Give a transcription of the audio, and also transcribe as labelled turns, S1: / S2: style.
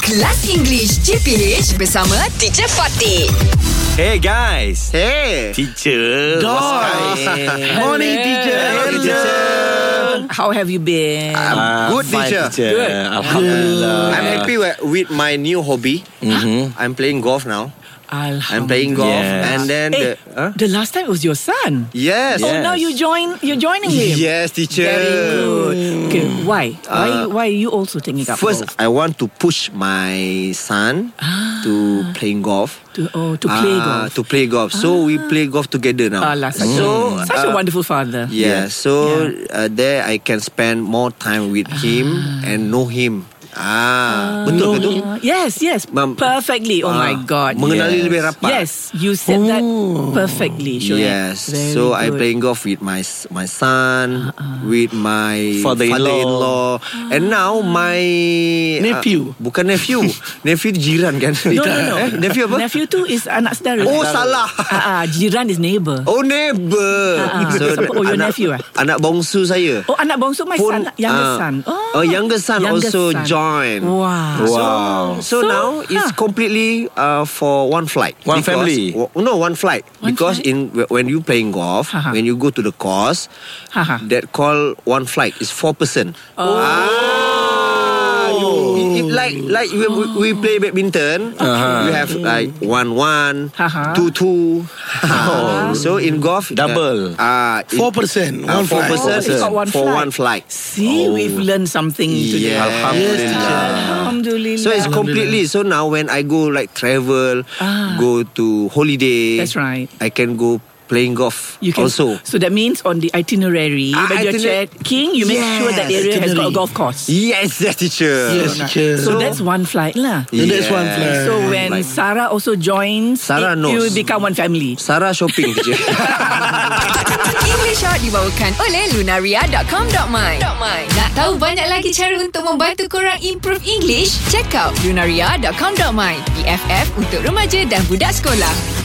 S1: Kelas English JPH bersama Teacher Fatih.
S2: Hey guys
S3: Hey.
S2: Teacher
S3: Doss. Morning, Oh. teacher.
S2: Hello, teacher.
S4: How have you been?
S3: I'm good,
S2: fine,
S3: teacher.
S2: Good Alhamdulillah
S3: I'm happy wi- with my new hobby. I'm playing golf now. I'm playing golf,
S2: Yes.
S3: and then the,
S4: Hey,
S3: huh?
S4: the last time it was your son.
S3: yes,
S4: Oh, now you join. You're joining him.
S3: yes, teacher.
S4: Very good. Okay, why? Why? Why are you also taking up
S3: First,
S4: golf?
S3: I want to push my son to playing golf.
S4: to, oh, to play
S3: Ah,
S4: golf.
S3: To play golf. So we play golf together now.
S4: Ah, last time.
S3: So
S4: such a
S3: uh,
S4: wonderful father.
S3: Yeah, so Uh, there I can spend more time with him and know him. Ah, betul ke tu?
S4: Ah, yes, yes,
S3: Ma'am.
S4: perfectly. Oh my
S3: Ah,
S4: God.
S2: Yes.
S3: Mengenali lebih rapat. Oh.
S4: Yes, you said that perfectly. Sure.
S3: Yes. so I playing golf with my s- my son,
S4: Uh-huh.
S3: with
S2: Father-in-law.
S3: my father-in-law,
S4: Ah.
S3: and now my
S2: Nephew.
S3: Uh, bukan nephew, nephew jiran kan?
S4: No, no, no.
S3: Eh, nephew apa?
S4: Nephew tu is anak saudara.
S3: Oh, salah.
S4: Ah, ah, jiran is neighbour.
S3: Oh neighbor.
S4: Ah, ah. Oh, your
S3: anak,
S4: nephew, eh?
S3: Anak bongsu saya.
S4: Oh anak bongsu my
S3: Pun,
S4: son Younger
S3: ah.
S4: son
S3: Oh,
S4: Oh,
S3: younger son also join.
S4: Wow,
S3: So,
S2: Wow.
S3: so,
S4: So,
S3: now it's
S4: huh.
S3: completely uh, for one flight.
S2: One
S3: Because-
S2: family.
S3: w- no, one flight.
S4: One
S3: because
S4: flight?
S3: in wh- when you playing golf,
S4: Ha, ha.
S3: when you go to the course,
S4: Ha, ha.
S3: that call one flight is four person. Oh. Ah, you- it- it like like we, we- we play badminton,
S5: Uh-huh.
S3: you have like one one,
S4: Ha, ha.
S3: two two. So in golf,
S2: Double.
S3: Ah, uh,
S5: Four person,
S3: Uh,
S5: one
S3: four
S5: flight.
S3: person
S4: Oh, it's got one
S3: for
S4: flight.
S3: one flight.
S4: See we've learned something today
S3: Oh. Yeah.
S2: Alhamdulillah
S4: Alhamdulillah
S3: So it's completely. So now when I go like travel,
S4: Ah.
S3: go to holiday.
S4: That's right.
S3: I can go playing golf
S4: you can,
S3: also.
S4: So that means on the itinerary
S3: Ah,
S4: When you're
S3: itiner-
S4: checking You make
S3: Yes,
S4: sure that the area has got a
S5: itinerary.
S4: golf course
S3: Yes, yes, teacher.
S5: Yes, teacher.
S3: So-
S4: So that's one flight lah
S5: And that's one flight.
S4: So when
S3: Like-
S4: Sarah also joins
S3: Sarah
S4: it,
S3: knows.
S4: You become one family
S3: Sarah shopping teacher.
S1: English Hot dibawakan oleh Lunaria.com.my Nak tahu banyak lagi cara untuk membantu korang improve English? Check out Lunaria.com.my BFF untuk remaja dan budak sekolah.